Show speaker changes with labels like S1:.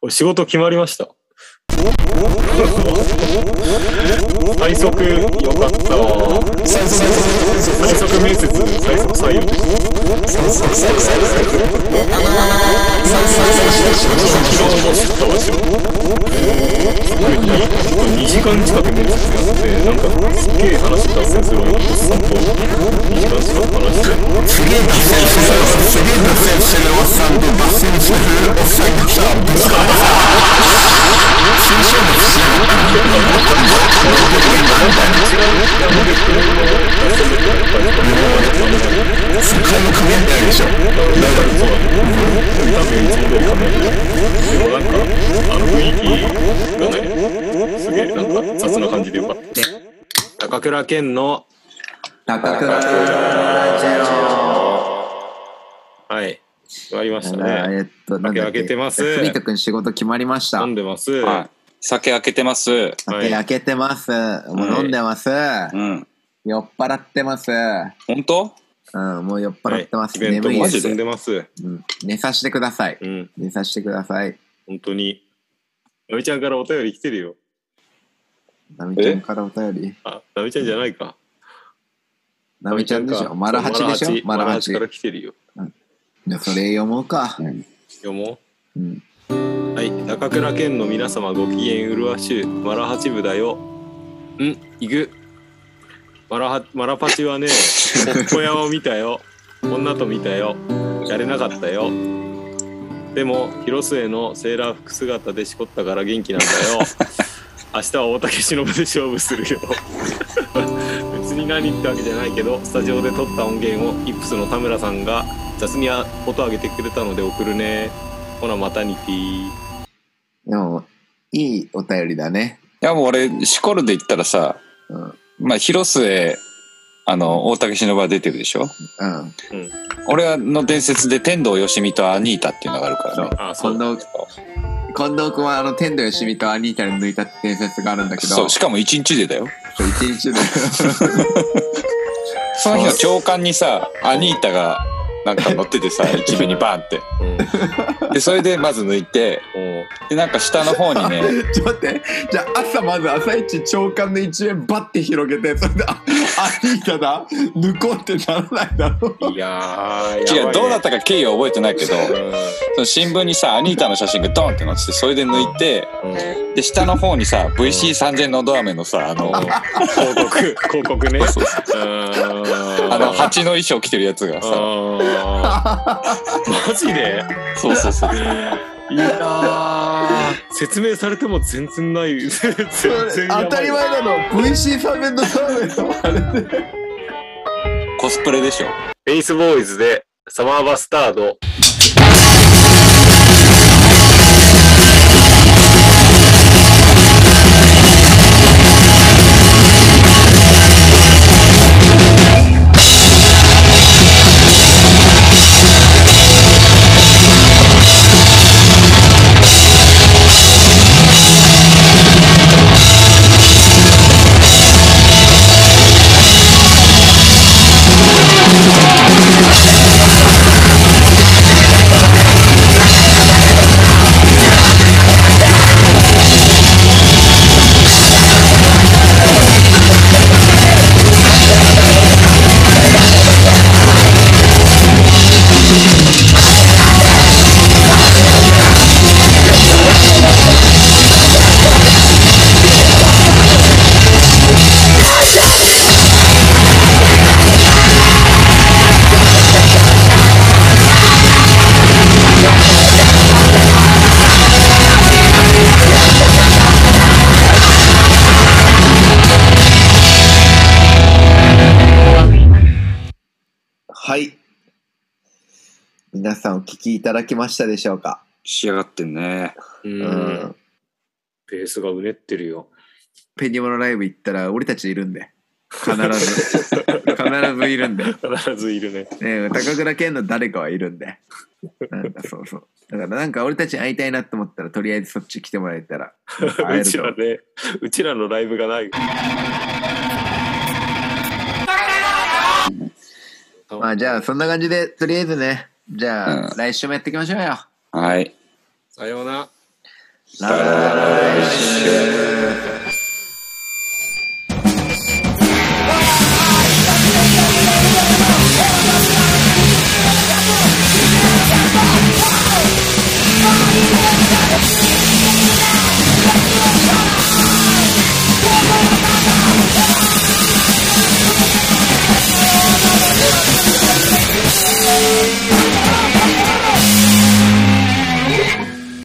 S1: お仕事決まりました。最速よかった。最速最速面接最速採用。昨日もすったわしろ。2時間近く面接やって、なんかすっげえ話脱線するわよ。おっさんと2時間近く話して。多分いつも通りかなでもなんかあの雰囲気がねすげえなんか雑な感じでよかった高倉健の
S2: 高倉
S1: はい終わりましたね
S2: えっと、なん
S1: 酒
S2: だ
S1: 開
S2: っ
S1: けて
S2: け
S1: ます
S2: ふみかくん仕事決まりました
S1: 飲。んでます、
S3: はい。酒開けてます。
S1: はい
S2: 酒開けてます。もう飲んでます。
S3: うん。
S2: 酔っ払ってます。
S3: 本当
S2: うん、もう酔っ
S1: は
S2: 払
S1: い
S2: ってます。
S1: イベント
S2: 眠い
S1: も
S2: で
S3: ジ
S2: す。
S1: 進んでます
S2: うん寝させてください。
S1: うん
S2: 寝させてください。
S1: 本当にダメちゃんからお便り来てるよ
S2: なみちゃんからお便り。
S1: あダメちゃんじゃないか
S2: なみちゃんでし
S1: ダメ
S2: ょ。
S1: か
S2: マラハチでし
S1: そう
S2: ょ。マ
S1: マラ
S2: ラハ
S1: ハチ
S2: チ。
S1: から来てるよ
S2: じゃあそれ読もうか。
S1: 読もう
S2: うん。
S1: はい、高倉健の皆様ご機嫌うるわしゅう、マラハチ部だよ。ん、行く。マラハ、マラパチはね、ほっこやを見たよ。女と見たよ。やれなかったよ。でも、広末のセーラー服姿でしこったから元気なんだ よ。明日は大竹しのぶで勝負するよ。別に何ってわけじゃないけど、スタジオで撮った音源をイップスの田村さんが雑に音上げてくれたので送るね。ほな、またにてー。
S2: でも、いいお便りだね。
S3: いやもう俺、シコルで言ったらさ、
S2: うん。うん。
S3: まあ、広末、あの、大竹しのぶは出てるでしょ俺の伝説で天童よしみとアニータっていうのがあるからね。
S1: あ、そう。
S2: 近藤、近藤君はあの、天童よしみとアニータに抜いた伝説があるんだけど、
S3: そう、しかも一日でだよ。
S2: 一日で。
S3: その日の朝刊にさ、アニータがなんか乗ってて さ、一部にバーンって。
S1: うん、も
S3: で、それでまず抜いて、
S1: う
S3: で、なんか下の方 にね、
S2: ちょっと待って、じゃあ朝まず朝一朝刊の一面バッて広げて、それで、あ、アニータだ、抜こうってならないだろう。
S1: いやー、
S3: 違う、どうだったたか経緯は覚えてないけど、
S1: う
S3: その新聞にさ、アニータの写真がドンって載ってて、それで抜いて、
S1: ん、うん、
S3: で、下の方にさ、VC3000 のど飴のさ、あの、
S1: 広告、広告ね。あ
S3: あの、蜂の衣装着てるやつがさ、
S1: あーマジで
S3: そうそうそう。
S1: いやー説明されても全然ない。全然やばい
S2: 当たり前なの、VC サメントサーメントあれで。
S3: コスプレでしょ。
S1: ベースボーイズでサマーバスタード。
S2: はい。皆さんお聞きいただきましたでしょうか。
S3: 仕上がってんね。
S1: う。。
S2: うん
S1: ベースがうねってるよ。
S2: ペニモのライブ行ったら、俺たちいるんで。 必ず。必ずいるんで。
S1: 必ずいるね。
S2: ね、高倉健の誰かはいるんで。なんかそうそう。だからなんか俺たちに会いたいなと思ったら、とりあえずそっち来てもらえた ら。会え
S1: う
S2: る
S1: ち
S2: と思
S1: らね、うちらのライブがない。
S2: まあじゃあそんな感じで、とりあえずね、じゃあ、
S3: うん
S2: 来週もやっていきましょうよ。
S3: はい。
S1: さようなら。
S2: 来週